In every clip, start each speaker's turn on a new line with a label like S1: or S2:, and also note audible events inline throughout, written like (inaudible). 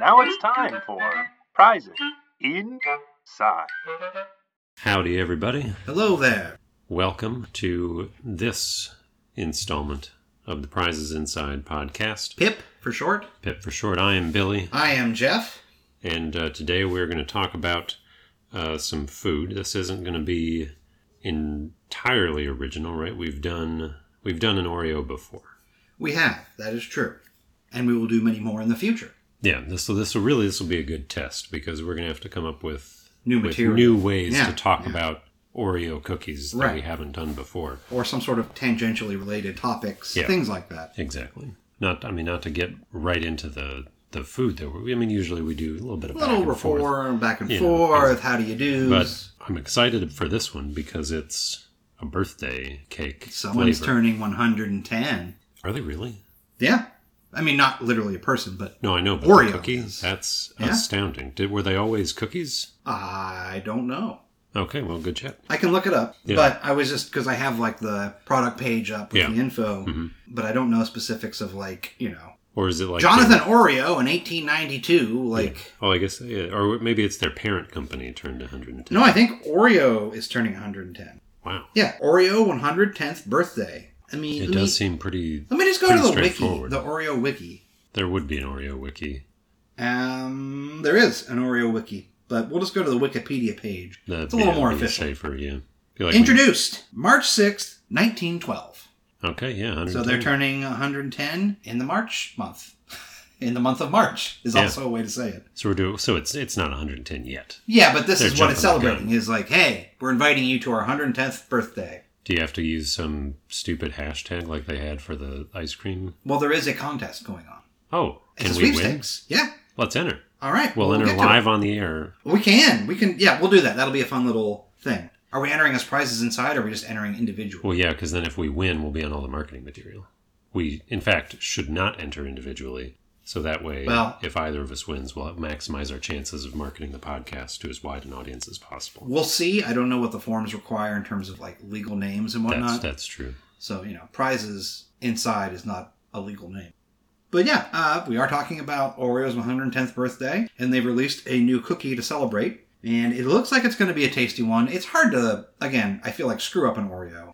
S1: Now it's time for Prize It Inside.
S2: Howdy, everybody.
S3: Hello there.
S2: Welcome to this installment of the Prizes Inside podcast.
S3: Pip for short.
S2: Pip for short, I am Billy,
S3: I am Jeff.
S2: and uh, today we're going to talk about uh, some food. This isn't going to be entirely original, right? We've done we've done an Oreo before.
S3: We have, that is true. And we will do many more in the future.
S2: Yeah, this will this will really this will be a good test because we're going to have to come up with
S3: New
S2: with
S3: material.
S2: new ways
S3: Yeah,
S2: to talk
S3: yeah.
S2: about Oreo cookies that we
S3: Right.
S2: haven't done before.
S3: Or some sort of tangentially related topics,
S2: Yeah.
S3: things like that.
S2: Exactly. Not I mean not to get right into the the food that we I mean usually we do a little bit of
S3: A
S2: back
S3: little
S2: and
S3: rapport,
S2: forth,
S3: back and
S2: You know,
S3: forth, how do you do?
S2: but I'm excited for this one because it's a birthday cake.
S3: Someone's
S2: flavor.
S3: turning 110.
S2: Are they really?
S3: Yeah. I mean, not literally a person, but
S2: No, I know. But
S3: Oreo
S2: the cookie,
S3: is.
S2: that's
S3: Yeah.
S2: astounding. Did, were they always cookies?
S3: I don't know.
S2: Okay, well, good chat.
S3: I can look it up,
S2: Yeah.
S3: but I was just because I have like the product page up with
S2: Yeah.
S3: the info,
S2: Mhm.
S3: but I don't know specifics of like, you know,
S2: Or is it like
S3: Jonathan Oreo in 1892, like.
S2: Oh, I guess, yeah, or maybe it's their parent company turned 110.
S3: No, I think Oreo is turning 110.
S2: Wow,
S3: Yeah, Oreo 110th birthday. I mean,
S2: it
S3: let, me,
S2: does seem pretty.
S3: let me just go to
S2: pretty
S3: the wiki,
S2: straightforward.
S3: the Oreo wiki.
S2: There would be an Oreo wiki.
S3: Um, there is an Oreo wiki, but we'll just go to the Wikipedia page.
S2: That'd
S3: It's a
S2: be-
S3: little
S2: that'd
S3: more
S2: be
S3: efficient.
S2: Safer, yeah. Feel like we-
S3: Introduced March 6th, 1912.
S2: Okay, yeah. 110.
S3: So they're turning 110 in the March month. (laughs) In the month of March is
S2: Yeah.
S3: also a way to say it.
S2: So we're doing. So it's it's not 110 yet.
S3: Yeah, but this
S2: They're
S3: is what it's
S2: jumping the gun.
S3: celebrating is like, hey, we're inviting you to our 110th birthday.
S2: Do you have to use some stupid hashtag like they had for the ice cream?
S3: Well, there is a contest going on.
S2: Oh,
S3: It's
S2: can
S3: a
S2: we win?
S3: sweepstakes. Yeah.
S2: Let's enter.
S3: All right.
S2: We'll, enter
S3: get to it.
S2: live on the air.
S3: We can. We can. Yeah, we'll do that. That'll be a fun little thing. Are we entering as prizes inside, or are we just entering individual?
S2: Well, yeah, because then if we win, we'll be on all the marketing material. We, in fact, should not enter individually. So that way,
S3: Well-
S2: if either of us wins, we'll maximize our chances of marketing the podcast to as wide an audience as possible.
S3: We'll see. I don't know what the forms require in terms of like legal names and
S2: That's
S3: whatnot.
S2: that's true.
S3: So you know, prizes inside is not a legal name. But yeah, uh, we are talking about Oreo's 110th birthday, and they've released a new cookie to celebrate. And it looks like it's going to be a tasty one. It's hard to, again, I feel like screw up an Oreo.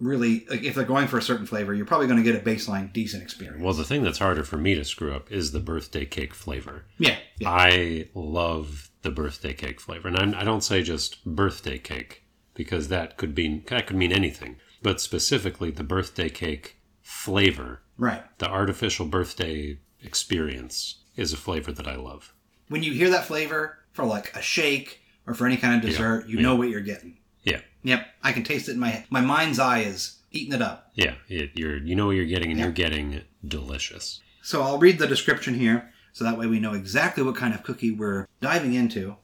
S3: Really, like, if they're going for a certain flavor, you're probably going to get a baseline decent experience.
S2: Well, the thing that's harder for me to screw up is the birthday cake flavor.
S3: Yeah, yeah.
S2: I love the birthday cake flavor, and I'm, I don't say just birthday cake because that could be that could mean anything, but specifically the birthday cake flavor,
S3: right.
S2: the artificial birthday experience, is a flavor that I love.
S3: when you hear that flavor for like a shake or for any kind of dessert, you know what you're getting.
S2: Yeah,
S3: Yep, I can taste it in my my mind's eye is eating it up.
S2: yeah, it, you're you know what you're getting, and you're getting delicious.
S3: So I'll read the description here so that way we know exactly what kind of cookie we're diving into.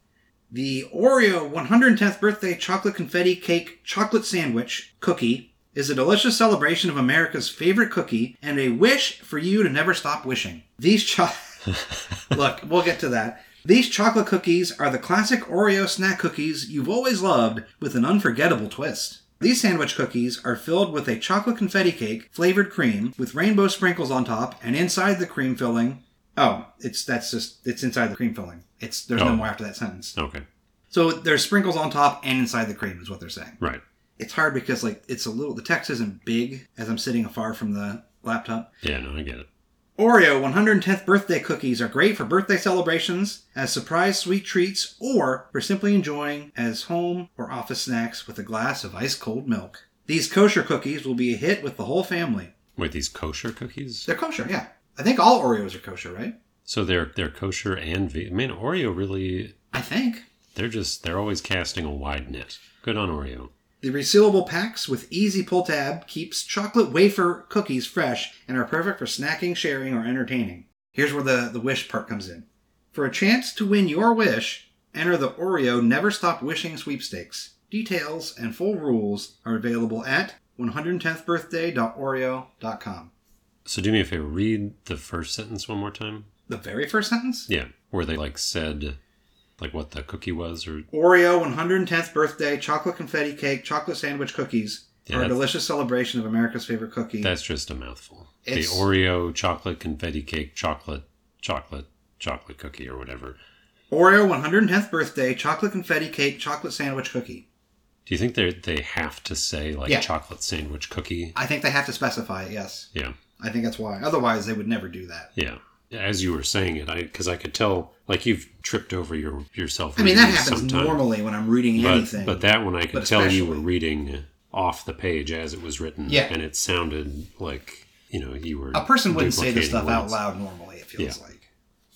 S3: The Oreo 110th birthday chocolate confetti cake chocolate sandwich cookie is a delicious celebration of America's favorite cookie and a wish for you to never stop wishing. These cho- Look, we'll get to that. These chocolate cookies are the classic Oreo snack cookies you've always loved with an unforgettable twist. These sandwich cookies are filled with a chocolate confetti cake flavored cream with rainbow sprinkles on top and inside the cream filling. Oh, it's that's just it's inside the cream filling. It's there's
S2: Oh.
S3: no more after that sentence.
S2: Okay,
S3: So there's sprinkles on top and inside the cream is what they're saying.
S2: right,
S3: It's hard because like it's a little the text isn't big as I'm sitting afar from the laptop.
S2: yeah, no, I get it.
S3: Oreo 110th birthday cookies are great for birthday celebrations, as surprise sweet treats, or for simply enjoying as home or office snacks with a glass of ice cold milk. These kosher cookies will be a hit with the whole family.
S2: Wait, these kosher cookies?
S3: They're kosher, yeah. I think all Oreos are kosher, right?
S2: So they're they're kosher and ve- man Oreo really
S3: I think.
S2: they're just they're always casting a wide net. Good on Oreo.
S3: The resealable packs with easy pull tab keeps chocolate wafer cookies fresh and are perfect for snacking, sharing, or entertaining. Here's where the, the wish part comes in. For a chance to win your wish, enter the Oreo Never Stop Wishing sweepstakes. Details and full rules are available at 110thbirthday.oreo.com.
S2: So do me a favor, read the first sentence one more time.
S3: The very first sentence?
S2: Yeah, where they like said, like what the cookie was, or
S3: Oreo 110th birthday chocolate confetti cake chocolate sandwich cookies
S2: Yeah,
S3: are a
S2: that's-
S3: delicious celebration of America's favorite cookie.
S2: that's just a mouthful.
S3: It's-
S2: the Oreo chocolate confetti cake chocolate chocolate chocolate cookie or whatever.
S3: Oreo 110th birthday chocolate confetti cake chocolate sandwich cookie.
S2: Do you think they they have to say like
S3: Yeah.
S2: chocolate sandwich cookie?
S3: I think they have to specify it, yes.
S2: Yeah,
S3: I think that's why. Otherwise, they would never do that.
S2: yeah. As you were saying it, I because I could tell like you've tripped over your yourself.
S3: I mean,
S2: reading
S3: that happens
S2: sometime.
S3: normally when I'm reading
S2: but,
S3: anything.
S2: But that one I could
S3: But
S2: tell you
S3: especially-
S2: were reading off the page as it was written.
S3: Yeah.
S2: and it sounded like you know you were
S3: a person wouldn't say this
S2: duplicating
S3: stuff out
S2: words.
S3: loud normally. It feels like.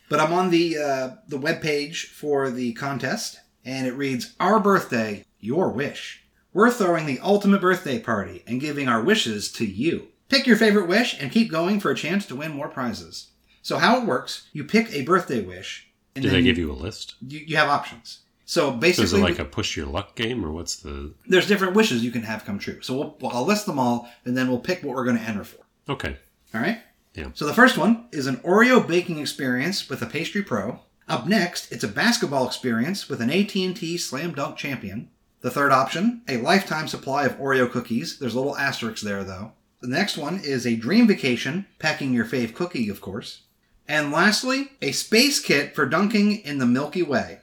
S3: But I'm on the uh, the web page for the contest, and it reads: "Our birthday, your wish. We're throwing the ultimate birthday party and giving our wishes to you. Pick your favorite wish and keep going for a chance to win more prizes." So how it works? You pick a birthday wish, and
S2: Did
S3: then
S2: they give you a list?
S3: you, you have options. So
S2: So
S3: basically,
S2: is it like a push your luck game or what's the?
S3: there's different wishes you can have come true. So we'll, I'll list them all, and then we'll pick what we're going to enter for.
S2: Okay,
S3: All right.
S2: Yeah.
S3: So the first one is an Oreo baking experience with a pastry pro. Up next, it's a basketball experience with an AT&T Slam Dunk champion. The third option, a lifetime supply of Oreo cookies. There's a little asterisk there though. The next one is a dream vacation, packing your fave cookie, of course. And lastly, a space kit for dunking in the Milky Way.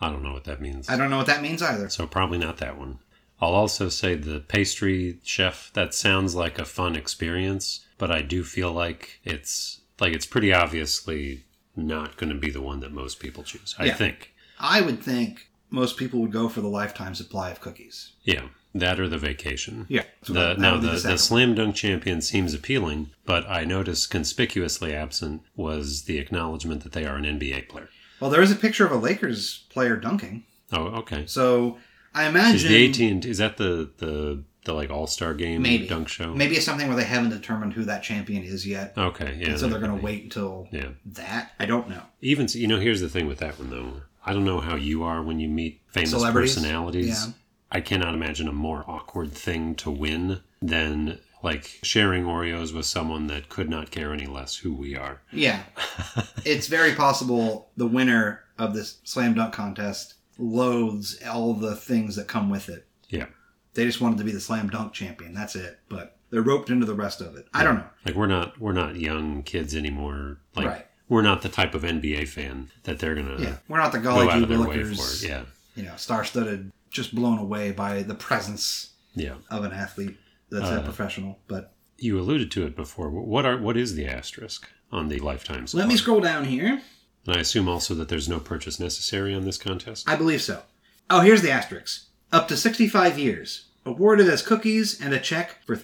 S2: I don't know what that means.
S3: I don't know what that means either.
S2: So probably not that one. I'll also say the pastry chef. That sounds like a fun experience, but I do feel like it's like it's pretty obviously not going to be the one that most people choose. I
S3: Yeah.
S2: think.
S3: I would think most people would go for the lifetime supply of cookies.
S2: Yeah, that or the vacation.
S3: Yeah. So
S2: The,
S3: that
S2: now
S3: would be
S2: the, the
S3: second
S2: slam dunk champion seems appealing, but I noticed conspicuously absent was the acknowledgement that they are an NBA player.
S3: one. Well, there is a picture of a Lakers player dunking.
S2: Oh, okay.
S3: So I
S2: Is the
S3: imagine
S2: eighteen? Is that the the the like all star game
S3: Maybe.
S2: dunk show?
S3: maybe it's something where they haven't determined who that champion is yet,
S2: Okay, yeah.
S3: and so
S2: that
S3: they're going
S2: could
S3: to
S2: be.
S3: wait until
S2: Yeah.
S3: that. I don't know.
S2: Even so, you know, here's the thing with that one though. I don't know how you are when you meet famous
S3: Celebrities?
S2: personalities.
S3: Yeah.
S2: I cannot imagine a more awkward thing to win than like sharing Oreos with someone that could not care any less who we are. (laughs)
S3: Yeah, it's very possible the winner of this slam dunk contest loathes all the things that come with it.
S2: Yeah.
S3: They just wanted to be the slam dunk champion. That's it. But they're roped into the rest of it. I don't know.
S2: Like we're not we're not young kids anymore. Like
S3: Right.
S2: we're not the type of NBA fan that they're gonna
S3: Yeah, we're not the
S2: go
S3: golly
S2: out
S3: gee
S2: of their way for.
S3: willikers.
S2: Yeah.
S3: You know, star-studded, just blown away by the presence
S2: Yeah.
S3: of an athlete that's a
S2: Uh,
S3: professional. But
S2: You alluded to it before. What are what is the asterisk on the lifetime supply?
S3: Let me scroll down here.
S2: and I assume also that there's no purchase necessary on this contest.
S3: I believe so. Oh, here's the asterisk. Up to 65 years. Awarded as cookies and a check for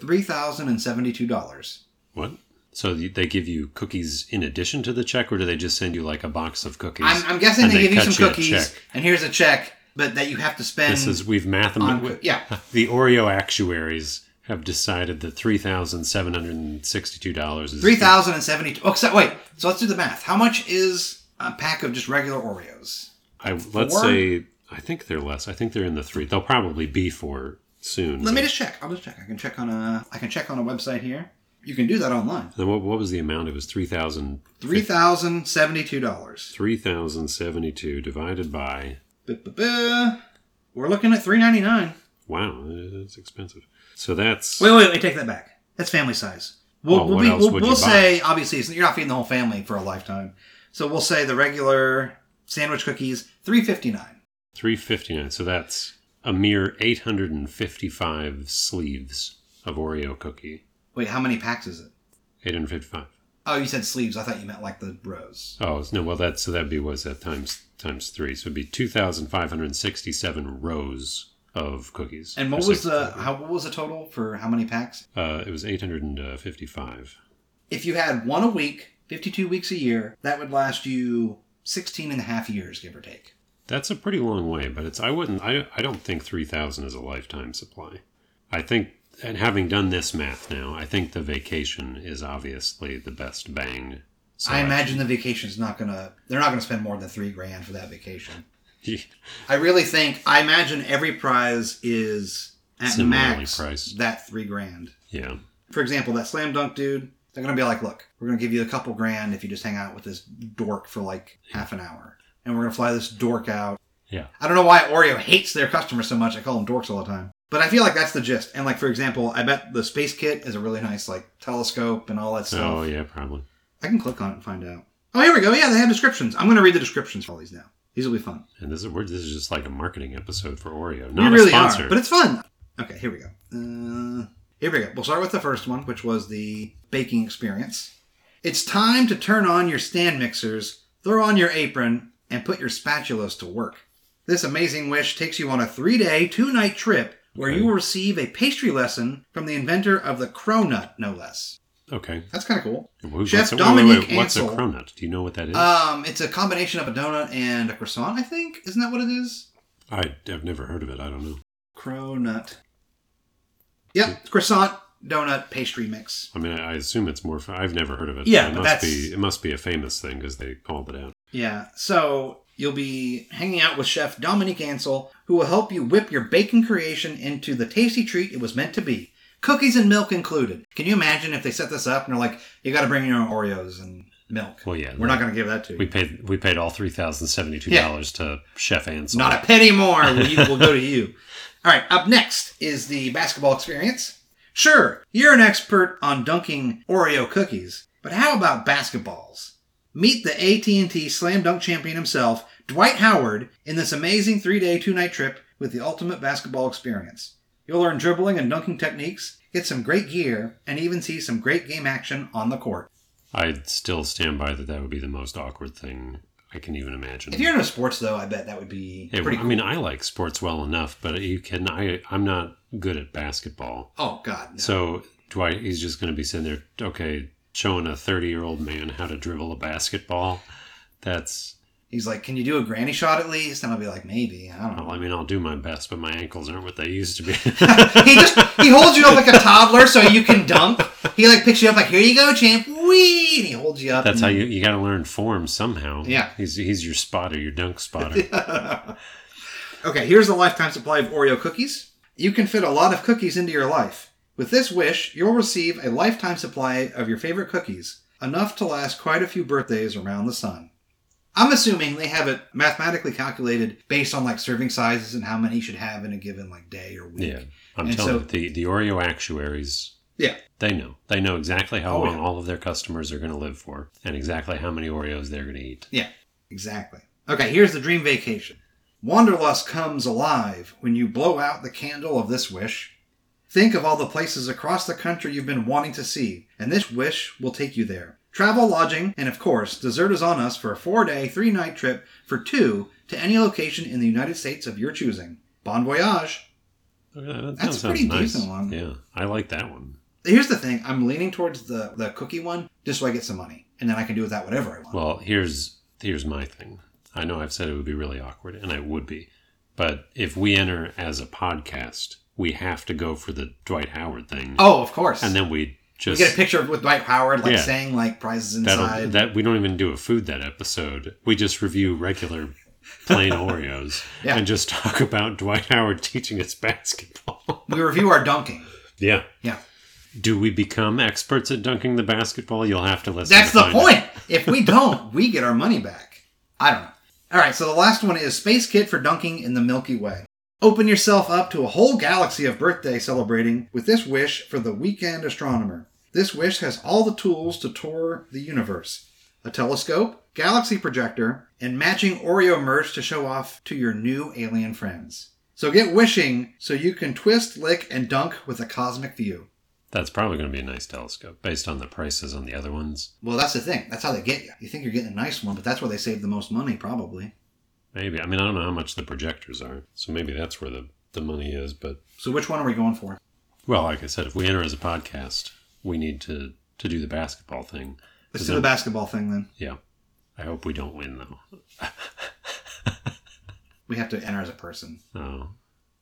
S3: $3,072.
S2: What? So th- they give you cookies in addition to the check, or do they just send you like a box of cookies?
S3: I'm, I'm guessing
S2: and
S3: they, give you
S2: cut
S3: some
S2: a
S3: cookies,
S2: check?
S3: and here's a check, but that you have to spend
S2: This is we've
S3: on.
S2: mathemat-
S3: coo-
S2: (laughs)
S3: yeah,
S2: the Oreo actuaries have decided that three thousand seven hundred and sixty-two dollars is
S3: $3,072. Oh, so, wait, so let's do the math. How much is a pack of just regular Oreos?
S2: I let's
S3: Four?
S2: say I think they're less. I think they're in the three. They'll probably be four soon.
S3: Let me just check. I'll just check. I can check on a. I can check on a website here. You can do that online.
S2: Then what, what was the amount? It was three thousand
S3: Three thousand seventy-two dollars.
S2: three thousand seventy-two divided by.
S3: We're looking at three ninety-nine.
S2: Wow, it's expensive. So that's
S3: Wait, wait, wait! Take that back. That's family size. We'll,
S2: Oh,
S3: we'll,
S2: what
S3: be,
S2: else
S3: we'll,
S2: would you
S3: we'll
S2: buy?
S3: say obviously it's- you're not feeding the whole family for a lifetime, so we'll say the regular sandwich cookies three fifty nine.
S2: Three fifty nine. So that's a mere eight hundred and fifty five sleeves of Oreo cookie.
S3: Wait, how many packs is it?
S2: Eight hundred fifty five.
S3: Oh, you said sleeves. I thought you meant like the rows.
S2: Oh no, well that so that'd be was that times times three. So it'd be two thousand five hundred and sixty seven rows of cookies.
S3: And what
S2: Or
S3: was
S2: six-
S3: the how, what was the total for how many packs?
S2: uh, it was eight hundred and fifty five.
S3: If you had one a week, fifty two weeks a year, that would last you 16 and a half years, give or take.
S2: That's a pretty long way, but it's I wouldn't I I don't think three thousand is a lifetime supply. I think and having done this math now, I think the vacation is obviously the best bang.
S3: I imagine the vacation's not gonna. They're not gonna spend more than three grand for that vacation.
S2: imagine
S3: I really think I imagine every prize is at
S2: Similarly
S3: max
S2: priced.
S3: that three grand.
S2: (laughs) Yeah.
S3: For example, that slam dunk dude, they're gonna be like, "Look, we're gonna give you a couple grand if you just hang out with this dork for like half an hour, and we're gonna fly this dork out."
S2: Yeah.
S3: I don't know why Oreo hates their customers so much. I call them dorks all the time, but I feel like that's the gist. And like for example, I bet the space kit is a really nice like telescope and all that stuff.
S2: Oh yeah, probably.
S3: I can click on it and find out. Oh, here we go. Yeah, they have descriptions. I'm going to read the descriptions for all these now. These will be fun.
S2: And this is we're, this is just like a marketing episode for Oreo,
S3: We
S2: not a
S3: really
S2: sponsor.
S3: are, but it's fun. Okay, here we go. Uh, here we go. We'll start with the first one, which was the baking experience. It's time to turn on your stand mixers, throw on your apron, and put your spatulas to work. This amazing wish takes you on a three day, two night trip where
S2: Okay.
S3: you will receive a pastry lesson from the inventor of the cronut, no less.
S2: okay.
S3: That's kind of cool.
S2: Who-
S3: Chef
S2: what's a-
S3: Dominique
S2: what's a
S3: Ansel.
S2: cronut? Do you know what that is?
S3: Um, it's a combination of a donut and a croissant, I think. Isn't that what it is?
S2: I have never heard of it. I don't know.
S3: Cronut. Yep, croissant donut pastry mix.
S2: I mean, I, I assume it's more. fa- I've never heard of it.
S3: Yeah,
S2: it
S3: but
S2: must
S3: that's-
S2: be. It must be a famous thing because they called it out.
S3: Yeah, so you'll be hanging out with chef Dominique Ansel, who will help you whip your baking creation into the tasty treat it was meant to be. Cookies and milk included. Can you imagine if they set this up and they're like, you gotta bring your own Oreos and milk?
S2: Well, yeah,
S3: We're not gonna give that to you.
S2: We paid. We paid all three thousand seventy-two dollars to Chef Ansel.
S3: Not a penny more will, you, will go to you. All right, up next is the basketball experience. Sure, you're an expert on dunking Oreo cookies, but how about basketballs? Meet the AT&T Slam Dunk champion himself, Dwight Howard, in this amazing three-day, two-night trip with the ultimate basketball experience. You'll learn dribbling and dunking techniques, get some great gear, and even see some great game action on the court.
S2: I still stand by that. That would be the most awkward thing I can even imagine.
S3: If you're into sports, though, I bet that would be
S2: It-
S3: pretty
S2: I
S3: cool.
S2: mean, I like sports well enough, but you can. I I'm not good at basketball,
S3: oh, God. no.
S2: so Dwight he's just going to be sitting there, okay, showing a thirty-year-old man how to dribble a basketball. That's
S3: He's like, "Can you do a granny shot at least?" And I'll be like, "Maybe, I don't
S2: well.
S3: know."
S2: I mean, I'll do my best, but my ankles aren't what they used to be. (laughs) Oh,
S3: he just he holds you up like a toddler so you can dunk. He like picks you up like, "Here you go, champ!" Wee! And he holds you up.
S2: That's
S3: and-
S2: how you you got to learn form somehow.
S3: Yeah.
S2: he's he's your spotter, your dunk spotter.
S3: (laughs) okay, here's the lifetime supply of Oreo cookies. You can fit a lot of cookies into your life. With this wish, you'll receive a lifetime supply of your favorite cookies, enough to last quite a few birthdays around the sun. I'm assuming they have it mathematically calculated based on like serving sizes and how many you should have in a given like day or week.
S2: Yeah, I'm
S3: And
S2: telling
S3: so-
S2: you, the the Oreo actuaries.
S3: Yeah.
S2: they know. They know exactly how
S3: Oh,
S2: long
S3: yeah.
S2: all of their customers are going to live for, and exactly how many Oreos they're going to eat.
S3: Exactly. Okay, here's the dream vacation. Wanderlust comes alive when you blow out the candle of this wish. Think of all the places across the country you've been wanting to see, and this wish will take you there. Travel, lodging, and of course, dessert is on us for a four day, three night trip for two to any location in the United States of your choosing. Bon voyage!
S2: Okay, Uh, that
S3: That's a
S2: sounds
S3: pretty
S2: nice.
S3: decent one.
S2: Yeah, I like that one.
S3: Here's the thing I'm leaning towards the, the cookie one just so I get some money, and then I can do with that whatever I want.
S2: Well, here's here's my thing. I know I've said it would be really awkward, and I would be, but if we enter as a podcast, we have to go for the Dwight Howard thing,
S3: oh, of course.
S2: and then we
S3: we
S2: just
S3: get a picture with Dwight Howard, like
S2: Yeah.
S3: saying like prizes
S2: That'll,
S3: inside.
S2: that we don't even do a food that episode. We just review regular
S3: (laughs)
S2: plain Oreos
S3: Yeah.
S2: and just talk about Dwight Howard teaching us basketball. (laughs)
S3: We review our dunking.
S2: yeah.
S3: Yeah.
S2: Do we become experts at dunking the basketball? You'll have to listen.
S3: That's
S2: to
S3: the
S2: find out.
S3: point. If we don't, we get our money back. I don't know. All right, so the last one is Space Kit for dunking in the Milky Way. Open yourself up to a whole galaxy of birthday celebrating with this wish for the weekend astronomer. This wish has all the tools to tour the universe a telescope, galaxy projector, and matching Oreo merch to show off to your new alien friends. So get wishing so you can twist, lick, and dunk with a cosmic view.
S2: That's probably going to be a nice telescope based on the prices on the other ones.
S3: Well, that's the thing. That's how they get you. You think you're getting a nice one, but that's where they save the most money, probably.
S2: Maybe. I mean, I don't know how much the projectors are, so maybe that's where the, the money is. But,
S3: So, which one are we going for?
S2: well, like I said, if we enter as a podcast, we need to, to do the basketball thing.
S3: Let's
S2: Is
S3: do
S2: it-
S3: the basketball thing then.
S2: Yeah. I hope we don't win, though.
S3: We have to enter as a person.
S2: Oh,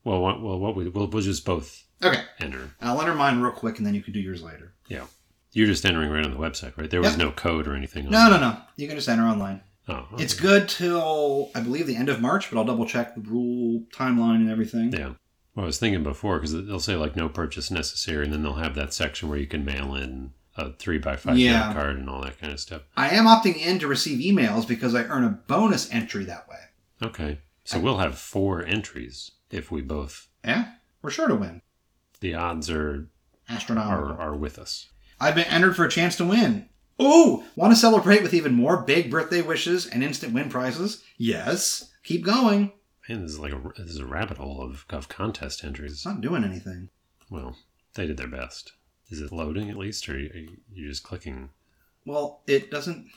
S2: well, what, well, what we we'll, we'll just both
S3: Okay,
S2: enter.
S3: I'll enter mine real quick, and then you can do yours later.
S2: Yeah, you're just entering right on the website, right? There was
S3: Yeah.
S2: no code or anything.
S3: No, no, no. You can just enter online.
S2: no. Oh, okay.
S3: It's good till I believe the end of March, but I'll double check the rule timeline and everything.
S2: yeah. Well, I was thinking before because they'll say like no purchase necessary, and then they'll have that section where you can mail in a three by five
S3: Yeah.
S2: credit card and all that kind of stuff.
S3: I am opting in to receive emails because I earn a bonus entry that way.
S2: Okay, so we'll have four entries if we both.
S3: Yeah, we're sure to win.
S2: The odds are
S3: Astronomical.
S2: are, are with us.
S3: I've been entered for a chance to win. Oh, want to celebrate with even more big birthday wishes and instant win prizes? Yes. Keep going.
S2: Man, this is like a, this is a rabbit hole of, of contest
S3: It's
S2: entries.
S3: not doing anything.
S2: Well, they did their best. Is it loading at least, or are you you're just clicking?
S3: Well, it doesn't.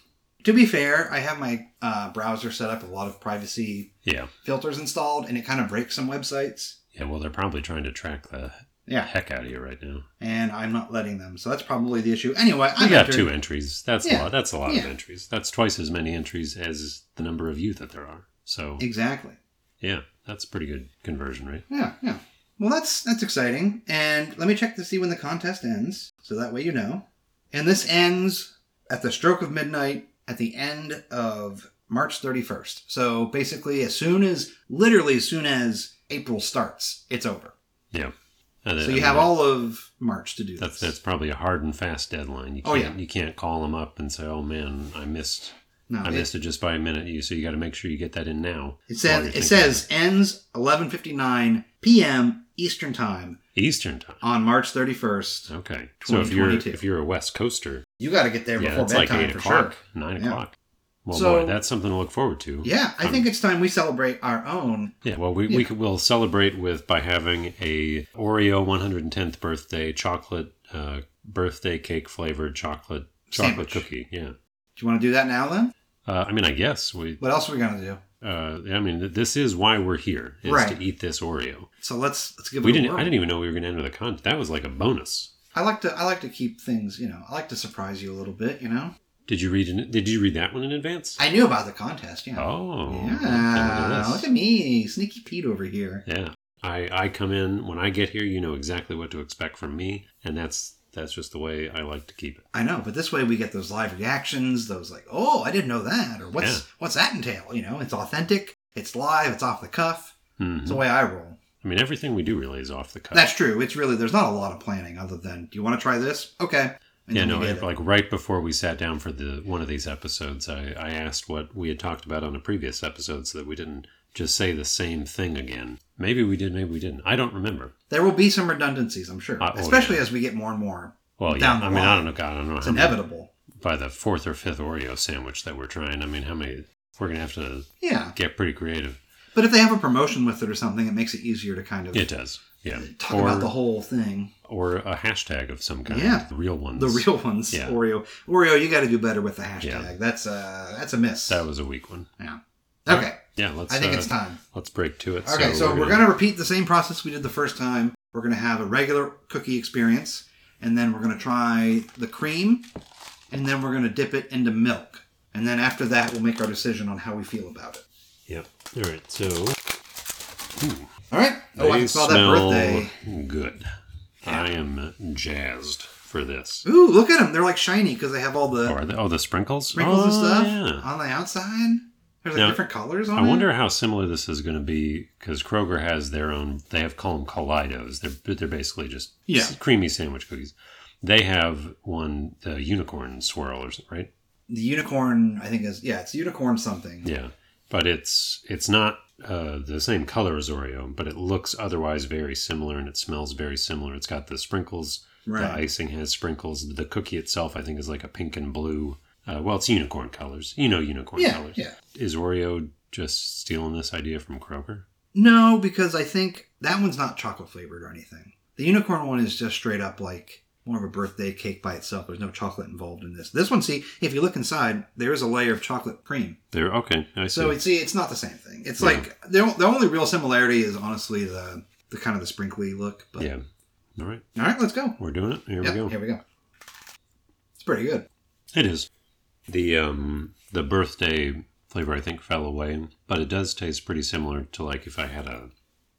S3: To be fair, I have my uh, browser set up with a lot of privacy
S2: Yeah,
S3: filters installed, and it kind of breaks some websites.
S2: yeah. Well, they're probably trying to track the
S3: Yeah,
S2: heck out of you right now.
S3: and I'm not letting them, so that's probably the issue. Anyway,
S2: I
S3: I
S2: got two entries. That's
S3: Yeah.
S2: a lot. That's a lot
S3: Yeah.
S2: of entries. That's twice as many entries as the number of you that there are. So
S3: Exactly.
S2: yeah, that's pretty good conversion rate.
S3: Yeah, yeah. Well, that's that's exciting. And let me check to see when the contest ends, so that way you know. And this ends at the stroke of midnight at the end of March 31st. So basically, as soon as literally as soon as April starts, it's over.
S2: Yeah. And
S3: So
S2: then-
S3: you have all of March to do
S2: That's
S3: this.
S2: that's probably a hard and fast deadline. You
S3: Oh,
S2: can't,
S3: yeah.
S2: You can't call them up and say, "Oh man, I missed.
S3: no.
S2: I
S3: it-
S2: missed it just by a minute." You so you got to make sure you get that in now.
S3: It
S2: while
S3: says
S2: you're
S3: it
S2: thinking.
S3: says ends 11:59 p.m. Eastern Time
S2: Eastern time.
S3: on March 31st.
S2: Okay. So if you're
S3: 2022.
S2: if you're a West Coaster,
S3: You got to get there
S2: yeah,
S3: before
S2: it's like
S3: bedtime
S2: eight
S3: for
S2: o'clock,
S3: sure.
S2: nine
S3: Yeah.
S2: o'clock. Well,
S3: So-
S2: boy, that's something to look forward to.
S3: Yeah, I
S2: Um,
S3: think it's time we celebrate our own.
S2: Yeah, well, we,
S3: Yeah.
S2: we will celebrate with by having a Oreo 110th birthday chocolate uh, birthday cake flavored chocolate chocolate
S3: Sandwich.
S2: cookie. Yeah,
S3: Do you want to do that now then?
S2: uh, I mean, I guess we.
S3: What else are we gonna do?
S2: Uh, I mean, th- this is why we're here is
S3: Right.
S2: to eat this Oreo.
S3: So let's let's give
S2: We
S3: it a
S2: didn't.
S3: whirl.
S2: I didn't even know we were going to enter the contest. That was like a bonus.
S3: I like to I like to keep things you know I like to surprise you a little bit you know.
S2: Did you read? In, did you read that one in advance?
S3: I knew about the contest. Yeah.
S2: oh, okay, look
S3: Yeah.
S2: at
S3: Look
S2: this.
S3: at me, sneaky Pete over here.
S2: yeah. I I come in when I get here. You know exactly what to expect from me, and that's that's just the way I like to keep it.
S3: I know, but this way we get those live reactions. Those like, oh, I didn't know that, or what's
S2: Yeah.
S3: what's that entail? You know, it's authentic, it's live, it's off the cuff.
S2: Mhm.
S3: It's the way I roll.
S2: I mean, everything we do really is off the cuff.
S3: That's true. It's really there's not a lot of planning other than do you want to try this? Okay. And
S2: yeah,
S3: then
S2: no.
S3: we did
S2: Like right before we sat down for the one of these episodes, I, I asked what we had talked about on a previous episode, so that we didn't just say the same thing again. Maybe we did, maybe we didn't. I don't remember.
S3: There will be some redundancies, I'm sure,
S2: Uh, oh,
S3: especially
S2: yeah. Uh-huh.
S3: as we get more and more.
S2: Well, yeah.
S3: Down the
S2: I mean, I
S3: line.
S2: don't know. God, I don't know.
S3: It's
S2: how many-
S3: inevitable.
S2: by the fourth or fifth Oreo sandwich that we're trying. I mean, how many? We're gonna have to
S3: Yeah,
S2: get pretty creative.
S3: but if they have a promotion with it or something, it makes it easier to kind of
S2: It does. Yeah.
S3: talk
S2: Or
S3: about the whole thing.
S2: or a hashtag of some kind.
S3: Yeah.
S2: The real ones.
S3: The real ones,
S2: Yeah.
S3: Oreo. Oreo, you got to do better with the hashtag.
S2: Yeah.
S3: That's uh, that's a miss.
S2: That was a weak one.
S3: yeah. Okay,
S2: Yeah. Let's.
S3: I think
S2: uh,
S3: it's time.
S2: Let's break to it.
S3: Okay, so, we're gonna repeat the same process we did the first time. We're gonna have a regular cookie experience, and then we're gonna try the cream, and then we're gonna dip it into milk, and then after that, we'll make our decision on how we feel about it.
S2: Yep. All right. So. Ooh.
S3: All right. Oh, I
S2: They
S3: can smell that birthday.
S2: smell Good. I am jazzed for this.
S3: Ooh, look at them. They're like shiny because they have all the
S2: Oh, are they, oh, the sprinkles?
S3: sprinkles and
S2: Oh,
S3: stuff Oh,
S2: yeah.
S3: on the outside. There's like
S2: Now,
S3: different colors on
S2: I
S3: it.
S2: wonder how similar this is going to be because Kroger has their own. They have call them Kaleidos. They're they're basically just
S3: Yeah.
S2: s- creamy sandwich cookies. They have one the unicorn swirl or something, right?
S3: The unicorn, I think, is yeah, it's unicorn something.
S2: Yeah, but it's it's not uh, the same color as Oreo, but it looks otherwise very similar and it smells very similar. It's got the sprinkles. The
S3: Right.
S2: icing has sprinkles. The cookie itself, I think, is like a pink and blue. Uh, well, it's unicorn colors. You know, unicorn
S3: Yeah.
S2: colors.
S3: Yeah.
S2: Is Oreo just stealing this idea from Kroger?
S3: No, because I think that one's not chocolate flavored or anything. The unicorn one is just straight up like more of a birthday cake by itself. There's no chocolate involved in this. This one, see, if you look inside, there is a layer of chocolate cream.
S2: There. Okay, I see.
S3: So it's see, it's not the same thing. It's
S2: Yeah.
S3: like the, the only real similarity is honestly the the kind of the sprinkly look. But
S2: yeah. All right,
S3: all right, let's go.
S2: we're doing it. Here
S3: Yep,
S2: we go.
S3: Here we go. It's pretty good.
S2: It is. The um the birthday flavor I think fell away, but it does taste pretty similar to like if I had a,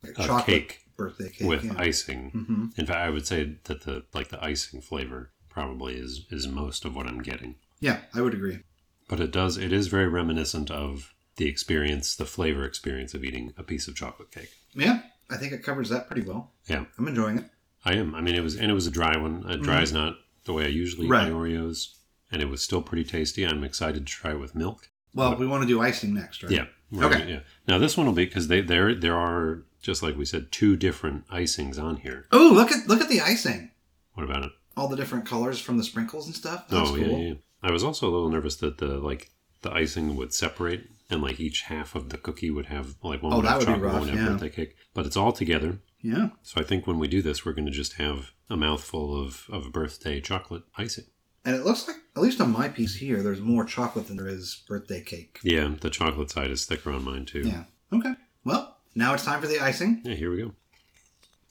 S3: Like
S2: a
S3: chocolate
S2: cake,
S3: birthday cake
S2: with
S3: yeah.
S2: icing.
S3: hmm
S2: In fact, I would say that the like the icing flavor probably is is most of what I'm getting.
S3: Yeah, I would agree.
S2: But it does it is very reminiscent of the experience, the flavor experience of eating a piece of chocolate cake.
S3: Yeah, I think it covers that pretty well.
S2: Yeah.
S3: I'm enjoying it.
S2: I am. I mean, it was, and it was a dry one. A dry is not the way I usually eat
S3: Mm-hmm. Right.
S2: my Oreos, and it was still pretty tasty. I'm excited to try it with milk.
S3: Well,
S2: What-
S3: we want to do icing next, right?
S2: Yeah. we're
S3: Okay.
S2: gonna- Yeah. Now this one will be because they there there are just like we said two different icings on here.
S3: Oh, look at look at the icing.
S2: What about it?
S3: All the different colors from the sprinkles and stuff. That's
S2: oh
S3: cool.
S2: yeah, yeah, yeah. I was also a little nervous that the like the icing would separate and like each half of the cookie would have like one
S3: Oh,
S2: would
S3: that
S2: have
S3: would be
S2: chocolate,
S3: rough,
S2: one would
S3: yeah.
S2: have birthday cake. But it's all together.
S3: Yeah.
S2: So I think when we do this, we're going to just have a mouthful of, of birthday chocolate icing.
S3: And it looks like, at least on my piece here, there's more chocolate than there is birthday cake.
S2: Yeah, the chocolate side is thicker on mine too.
S3: Yeah. Okay. Well, now it's time for the icing.
S2: Yeah, here we go.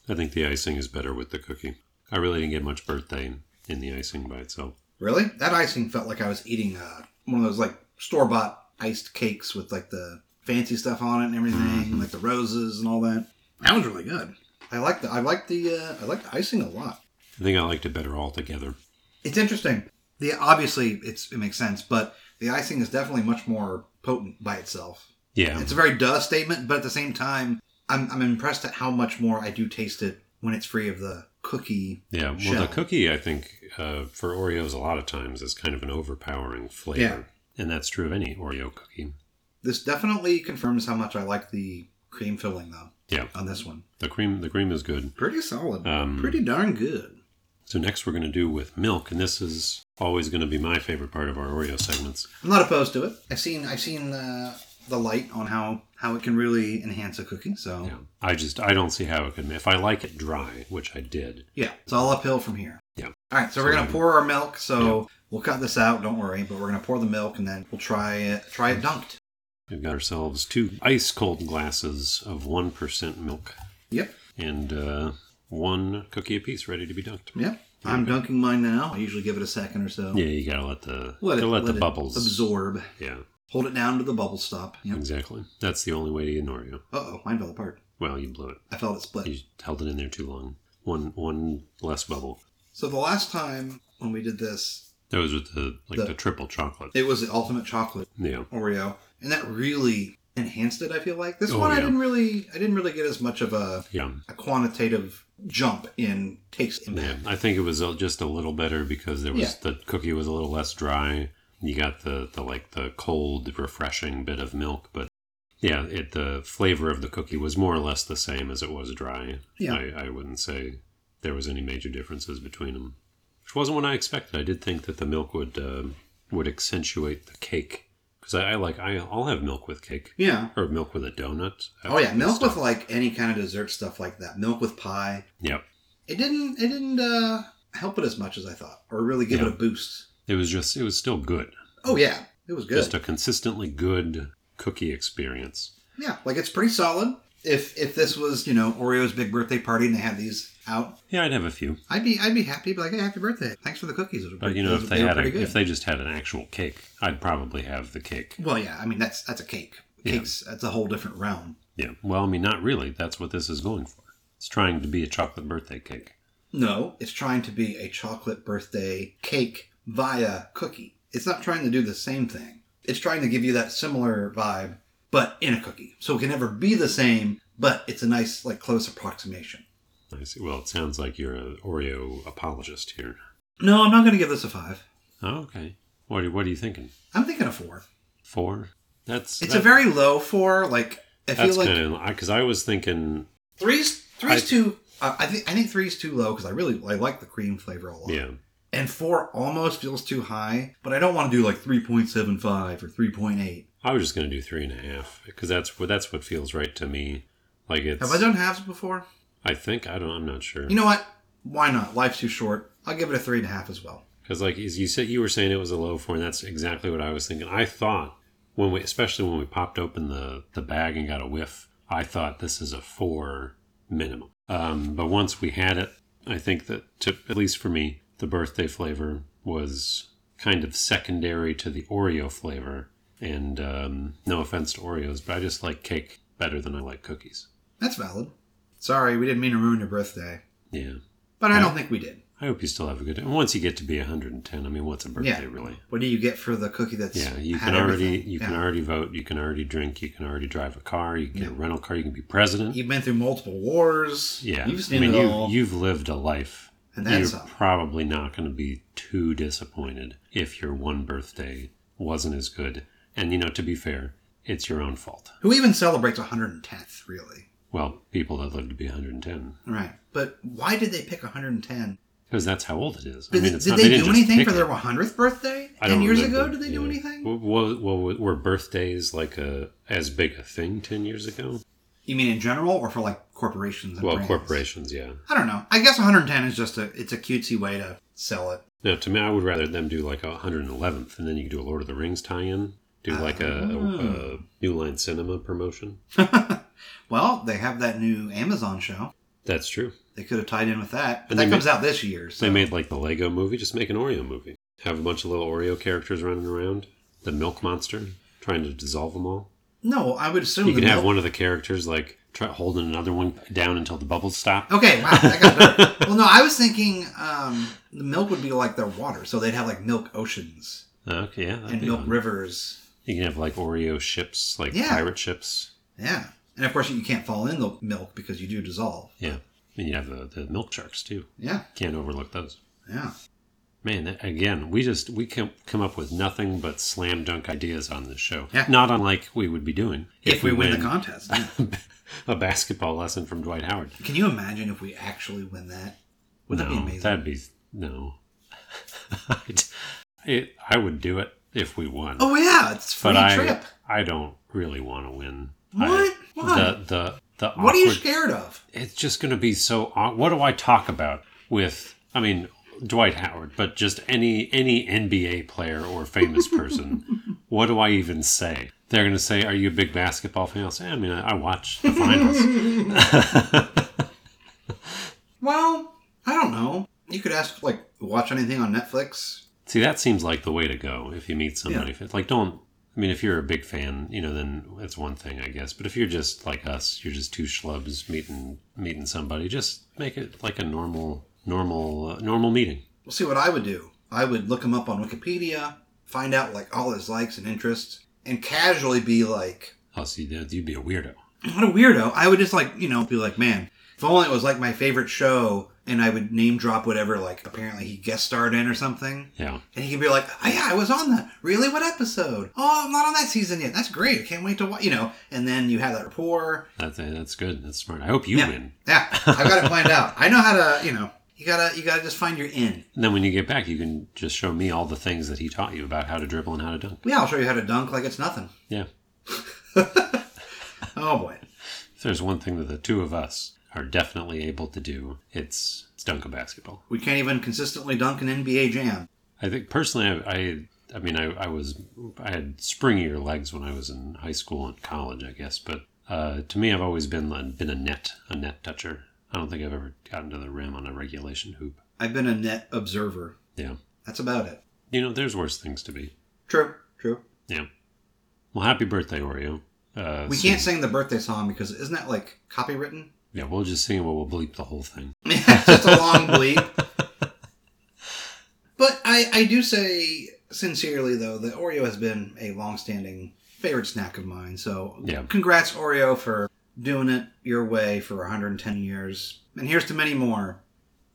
S2: I think the icing is better with the cookie. I really didn't get much birthday in the icing by itself.
S3: Really? That icing felt like I was eating uh, one of those like store bought iced cakes with like the fancy stuff on it and everything,
S2: Mm-hmm.
S3: and, like the roses and all that. That was really good. I like the I like the uh, I like the icing a lot.
S2: I think I liked it better altogether.
S3: It's interesting. The obviously it's it makes sense, but the icing is definitely much more potent by itself.
S2: Yeah,
S3: It's a very duh statement, but at the same time, I'm, I'm impressed at how much more I do taste it when it's free of the cookie.
S2: yeah. Well,
S3: Shell.
S2: the cookie, I think, uh, for Oreos, a lot of times is kind of an overpowering flavor,
S3: Yeah.
S2: and that's true of any Oreo cookie.
S3: This definitely confirms how much I like the cream filling, though,
S2: Yeah,
S3: on this one.
S2: the cream, the cream is good.
S3: Pretty solid.
S2: Um,
S3: Pretty darn good.
S2: So next, we're going to do with milk, and this is always going to be my favorite part of our Oreo segments.
S3: I'm not opposed to it. I've seen I've seen uh, the light on how how it can really enhance a cookie. So
S2: Yeah, I just I don't see how it could. If I like it dry, which I did,
S3: yeah, it's all uphill from here.
S2: Yeah.
S3: All right, so we're gonna
S2: So-
S3: pour our milk. So we'll cut this out. Don't worry, but we're gonna pour the milk and then we'll try it. Try it dunked.
S2: we've got ourselves two ice cold glasses of one percent milk
S3: Yep.
S2: and uh, one cookie apiece ready to be dunked.
S3: Yep. I'm dunking mine now. I usually give it a second or so.
S2: Yeah, you gotta let the
S3: Oh. Let it
S2: gotta let,
S3: let
S2: the
S3: it
S2: bubbles
S3: absorb.
S2: Yeah,
S3: Hold it down to the bubble stop. Yep.
S2: exactly. That's the only way to get an Oreo.
S3: Uh oh, mine fell apart.
S2: Well, you blew it.
S3: I felt it split.
S2: You held it in there too long. One one less bubble.
S3: So the last time when we did this,
S2: That was with the like
S3: The-
S2: the, triple chocolate.
S3: it was the ultimate chocolate
S2: yeah,
S3: Oreo, and that really enhanced it. I feel like this
S2: Oh,
S3: one, I
S2: yeah.
S3: didn't really, I didn't really get as much of a,
S2: yeah.
S3: a quantitative jump in taste
S2: Yeah,
S3: impact.
S2: I think it was uh, just a little better because there was the cookie was a little less dry. You got the, the like the cold, refreshing bit of milk, but yeah, it the flavor of the cookie was more or less the same as it was dry.
S3: Yeah.
S2: I, I wouldn't say there was any major differences between them, which wasn't what I expected. I did think that the milk would uh, would accentuate the cake because I, I like I I'll have milk with cake
S3: Yeah.
S2: or milk with a donut.
S3: Oh yeah, milk with like any kind of dessert stuff like that. Milk with pie.
S2: Yep.
S3: It didn't. It didn't uh, help it as much as I thought, or really give it
S2: Yeah.
S3: a boost.
S2: It was just it was still good.
S3: Oh yeah, it was good.
S2: Just a consistently good cookie experience.
S3: Yeah, like it's pretty solid. If if this was you know Oreo's big birthday party and they had these out,
S2: Yeah, I'd have a few,
S3: I'd be I'd be happy. Be like, hey, happy birthday! Thanks for the cookies. Those were
S2: but
S3: pretty-
S2: you know,
S3: those-
S2: if they
S3: were
S2: had
S3: pretty
S2: a, if they just had an actual cake, I'd probably have the cake.
S3: well, yeah. I mean, that's that's a cake.
S2: Yeah.
S3: Cakes. That's a whole different realm.
S2: Yeah. Well, I mean, not really. That's what this is going for. It's trying to be a chocolate birthday cake.
S3: No, it's trying to be a chocolate birthday cake via cookie. It's not trying to do the same thing. It's trying to give you that similar vibe, but in a cookie. So it can never be the same, but it's a nice like close approximation.
S2: I see. Well, it sounds like you're an Oreo apologist here.
S3: No, I'm not going to give this a five.
S2: Oh, okay. What are, what are you thinking?
S3: I'm thinking a four.
S2: Four? That's
S3: It's
S2: that-
S3: a very low four. Like I feel
S2: that's
S3: like
S2: kind of because I was thinking.
S3: three's three's
S2: I-
S3: too. Uh, I think I think three's too low because I really I like the cream flavor a lot.
S2: Yeah.
S3: And four almost feels too high, but I don't want to do like three point seven five or three point eight.
S2: I was just gonna do three and a half because that's what that's what feels right to me. Like it's.
S3: Have I done halves before?
S2: I think I don't. I'm not sure.
S3: You know what? Why not? Life's too short. I'll give it a three and a half as well.
S2: Because like as you said, you were saying it was a low four, and that's exactly what I was thinking. I thought when we, especially when we popped open the the bag and got a whiff, I thought this is a four minimum. Um, but once we had it, I think that to, at least for me, the birthday flavor was kind of secondary to the Oreo flavor. And um, no offense to Oreos, but I just like cake better than I like cookies.
S3: That's valid. Sorry, we didn't mean to ruin your birthday,
S2: Yeah.
S3: but I don't think we did.
S2: I hope you still have a good. And once you get to be 110, I mean, what's a birthday
S3: Yeah.
S2: really?
S3: What do you get for the cookie that's
S2: Yeah, you
S3: had
S2: can already
S3: everything?
S2: you
S3: Yeah.
S2: can already vote, you can already drink, you can already drive a car, you can get a rental car, you can be president.
S3: You've been through multiple wars.
S2: yeah,
S3: you've
S2: I
S3: seen
S2: mean
S3: it
S2: you
S3: all,
S2: you've lived a life.
S3: and that's
S2: you're
S3: all.
S2: probably not going to be too disappointed if your one birthday wasn't as good. And you know, to be fair, it's your own fault.
S3: Who even celebrates 110th, really?
S2: Well, people that live to be 110,
S3: Right. But why did they pick 110?
S2: because that's how old it is.
S3: Did,
S2: I mean, it's
S3: did
S2: not,
S3: they,
S2: didn't
S3: do
S2: just
S3: anything
S2: pick
S3: for
S2: it.
S3: their 100th birthday?
S2: I
S3: 10
S2: don't
S3: years
S2: remember.
S3: ago, did they do anything?
S2: What, what, what were birthdays like a as big a thing ten years ago?
S3: You mean in general or for like corporations and
S2: well,
S3: brands?
S2: corporations, yeah.
S3: I don't know. I guess 110 is just a it's a cutesy way to sell it.
S2: No, to me, I would rather them do like a 111th, and then you could do a Lord of the Rings tie-in, do like a,
S3: Ah.
S2: a, a New Line Cinema promotion.
S3: (laughs) well, they have that new Amazon show.
S2: That's true.
S3: They could have tied in with that. But
S2: And
S3: that
S2: they
S3: comes out this year. So
S2: They made like the Lego movie, just make an Oreo movie. Have a bunch of little Oreo characters running around. The Milk Monster trying to dissolve them all.
S3: no, I would assume
S2: You
S3: Oh, the
S2: could have
S3: milk-
S2: one of the characters like try holding another one down until the bubbles stop.
S3: Okay, wow, that
S2: (laughs)
S3: got dark. well, no, I was thinking um, the milk would be like their water, so they'd have like milk oceans
S2: Okay, yeah, that'd
S3: and
S2: be
S3: milk
S2: fun.
S3: rivers.
S2: You can have like Oreo ships, like
S3: Yeah.
S2: pirate ships.
S3: Yeah, and of course you can't fall in the milk because you do dissolve.
S2: Yeah, and you have the, the milk sharks too.
S3: Yeah,
S2: Can't overlook those.
S3: yeah.
S2: Man, that- again, we just we can come up with nothing but slam dunk ideas on this show.
S3: Yeah.
S2: Not unlike we would be doing
S3: If, we, win, the contest, yeah.
S2: (laughs) a basketball lesson from Dwight Howard.
S3: (laughs) can you imagine if we actually win that? Would
S2: no,
S3: that be amazing?
S2: That'd be no. (laughs) I'd- it, I would do it if we won.
S3: Oh yeah, it's free
S2: but I
S3: trip.
S2: I don't really want to win.
S3: What?
S2: I,
S3: Why?
S2: The the the awkward,
S3: What are you scared of?
S2: It's just going to be so. aw- What do I talk about with? I mean, Dwight Howard, but just any any NBA player or famous person. what do I even say? They're going to say, "Are you a big basketball fan?" I'll say, "I mean, I, I watch the finals."
S3: Well, I don't know. You could ask like watch anything on Netflix.
S2: See, that seems like the way to go if you meet somebody. If it's Like, don't. I mean, if you're a big fan, you know, then it's one thing, I guess. But if you're just like us, you're just two schlubs meeting meeting somebody. Just make it like a normal, normal, uh, normal meeting.
S3: We'll see what I would do. I would look him up on Wikipedia, find out like all his likes and interests, and casually be like,
S2: Oh, see, that- you'd be a weirdo.
S3: "What a weirdo!" I would just like you know be like, "Man, if only it was like my favorite show." And I would name drop whatever like apparently he guest starred in or something,
S2: Yeah.
S3: and he could be like, "Oh yeah, I was on that. Really? What episode? Oh, I'm not on that season yet. That's great. I can't wait to watch." You know, and then you have that rapport.
S2: That's that's good. That's smart. I hope you
S3: Yeah.
S2: win.
S3: Yeah, I've got it planned out. I know how to, you know, you gotta, you gotta just find your in.
S2: And then when you get back, you can just show me all the things that he taught you about how to dribble and how to dunk.
S3: Yeah, I'll show you how to dunk like it's nothing.
S2: Yeah.
S3: (laughs) Oh boy.
S2: If there's one thing that the two of us are definitely able to do, it's, it's dunk a basketball.
S3: We can't even consistently dunk an NBA jam.
S2: I think personally, I, I, I mean, I, I was, I had springier legs when I was in high school and college, I guess. But uh, to me, I've always been a- been a net, a net toucher. I don't think I've ever gotten to the rim on a regulation hoop.
S3: I've been a net observer.
S2: Yeah.
S3: That's about it.
S2: You know, there's worse things to be.
S3: True, true.
S2: Yeah. Well, happy birthday, Oreo. Uh,
S3: We
S2: so-
S3: can't sing the birthday song because isn't that like copywritten?
S2: Yeah, we'll just sing it. We'll bleep the whole thing.
S3: it's (laughs) just a long bleep.
S2: (laughs)
S3: But I, I do say sincerely though that Oreo has been a long-standing favorite snack of mine. So
S2: Yeah.
S3: congrats Oreo for doing it your way for 110 years. And here's to many more.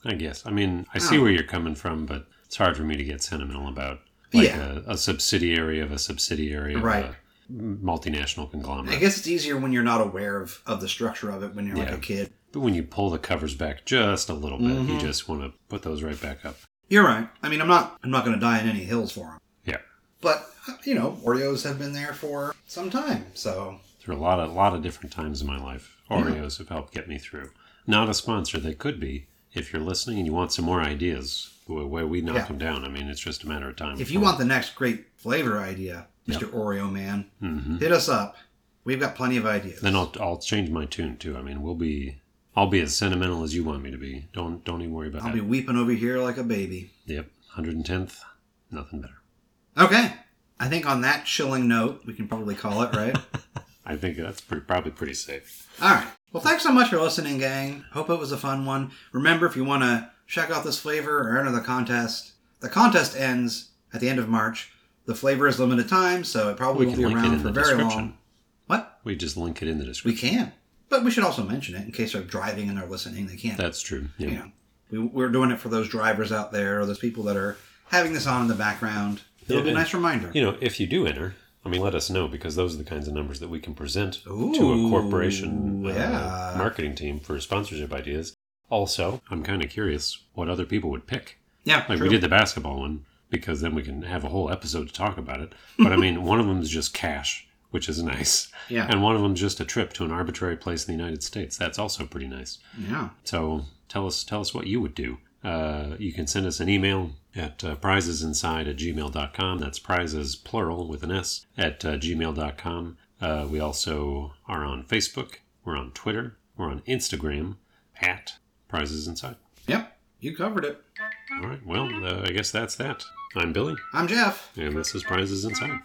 S2: I guess. I mean, I see
S3: Oh.
S2: where you're coming from, but it's hard for me to get sentimental about like
S3: Yeah.
S2: a, a subsidiary of a subsidiary of
S3: Right.
S2: a multinational
S3: I
S2: conglomerate.
S3: guess it's easier when you're not aware of, of the structure of it when you're like
S2: Yeah.
S3: a kid.
S2: But when you pull the covers back just a little bit, you
S3: Mhm.
S2: just want to put those right back up.
S3: You're right. I mean, I'm not I'm not going to die in any hills for them.
S2: Yeah.
S3: But you know, Oreos have been there for some time. So
S2: Through a lot of lot of different times in my life, Oreos have helped get me through. Not a sponsor, they could be. If you're listening and you want some more ideas, the way we knock
S3: Yeah.
S2: them down. I mean, it's just a matter of time.
S3: if you want the next great flavor idea, Mr. Oreo man,
S2: hmm
S3: hit us up. We've got plenty of ideas.
S2: then I'll I'll change my tune too. I mean, we'll be I'll be as sentimental as you want me to be. Don't don't even worry about
S3: I'll
S2: that.
S3: be weeping over here like a baby.
S2: Yep, 110th, nothing better.
S3: Okay. I think on that chilling note, we can probably call
S2: (laughs)
S3: it, right?
S2: I think that's pretty, probably pretty safe.
S3: All right. Well, thanks so much for listening, gang. Hope it was a fun one. Remember, if you want to check out this flavor or enter the contest, the contest ends at the end of March. The flavor is limited time, so it
S2: We
S3: probably won't
S2: can
S3: be
S2: link it
S3: around
S2: in
S3: for
S2: the
S3: very
S2: description.
S3: long. What?
S2: We just link it in the
S3: We
S2: description.
S3: can. But we should also mention it in case they're driving and they're listening. They can't.
S2: That's true. Yeah.
S3: you know, we, we're doing it for those drivers out there or those people that are having this on in the background. It'll be a
S2: Yeah.
S3: nice reminder.
S2: You know, if you do enter, I mean, let us know because those are the kinds of numbers that we can present to
S3: Ooh,
S2: a corporation uh,
S3: yeah.
S2: marketing team for sponsorship ideas. Also, I'm kind of curious what other people would pick.
S3: yeah,
S2: Like
S3: true.
S2: we did the basketball one. because then we can have a whole episode to talk about it. But I mean, one of them is just cash, which is nice.
S3: Yeah.
S2: And one of them just a trip to an arbitrary place in the United States. That's also pretty nice.
S3: Yeah.
S2: So tell us tell us what you would do. Uh, you can send us an email at uh, prizesinside at gmail.com. That's prizes, plural, with an S, at uh, gmail.com. Uh, we also are on Facebook. We're on Twitter. We're on Instagram at prizes inside.
S3: Yep. You covered it.
S2: All right. Well, uh, I guess that's that. I'm Billy,
S3: I'm Jeff.
S2: and this is Prizes Inside.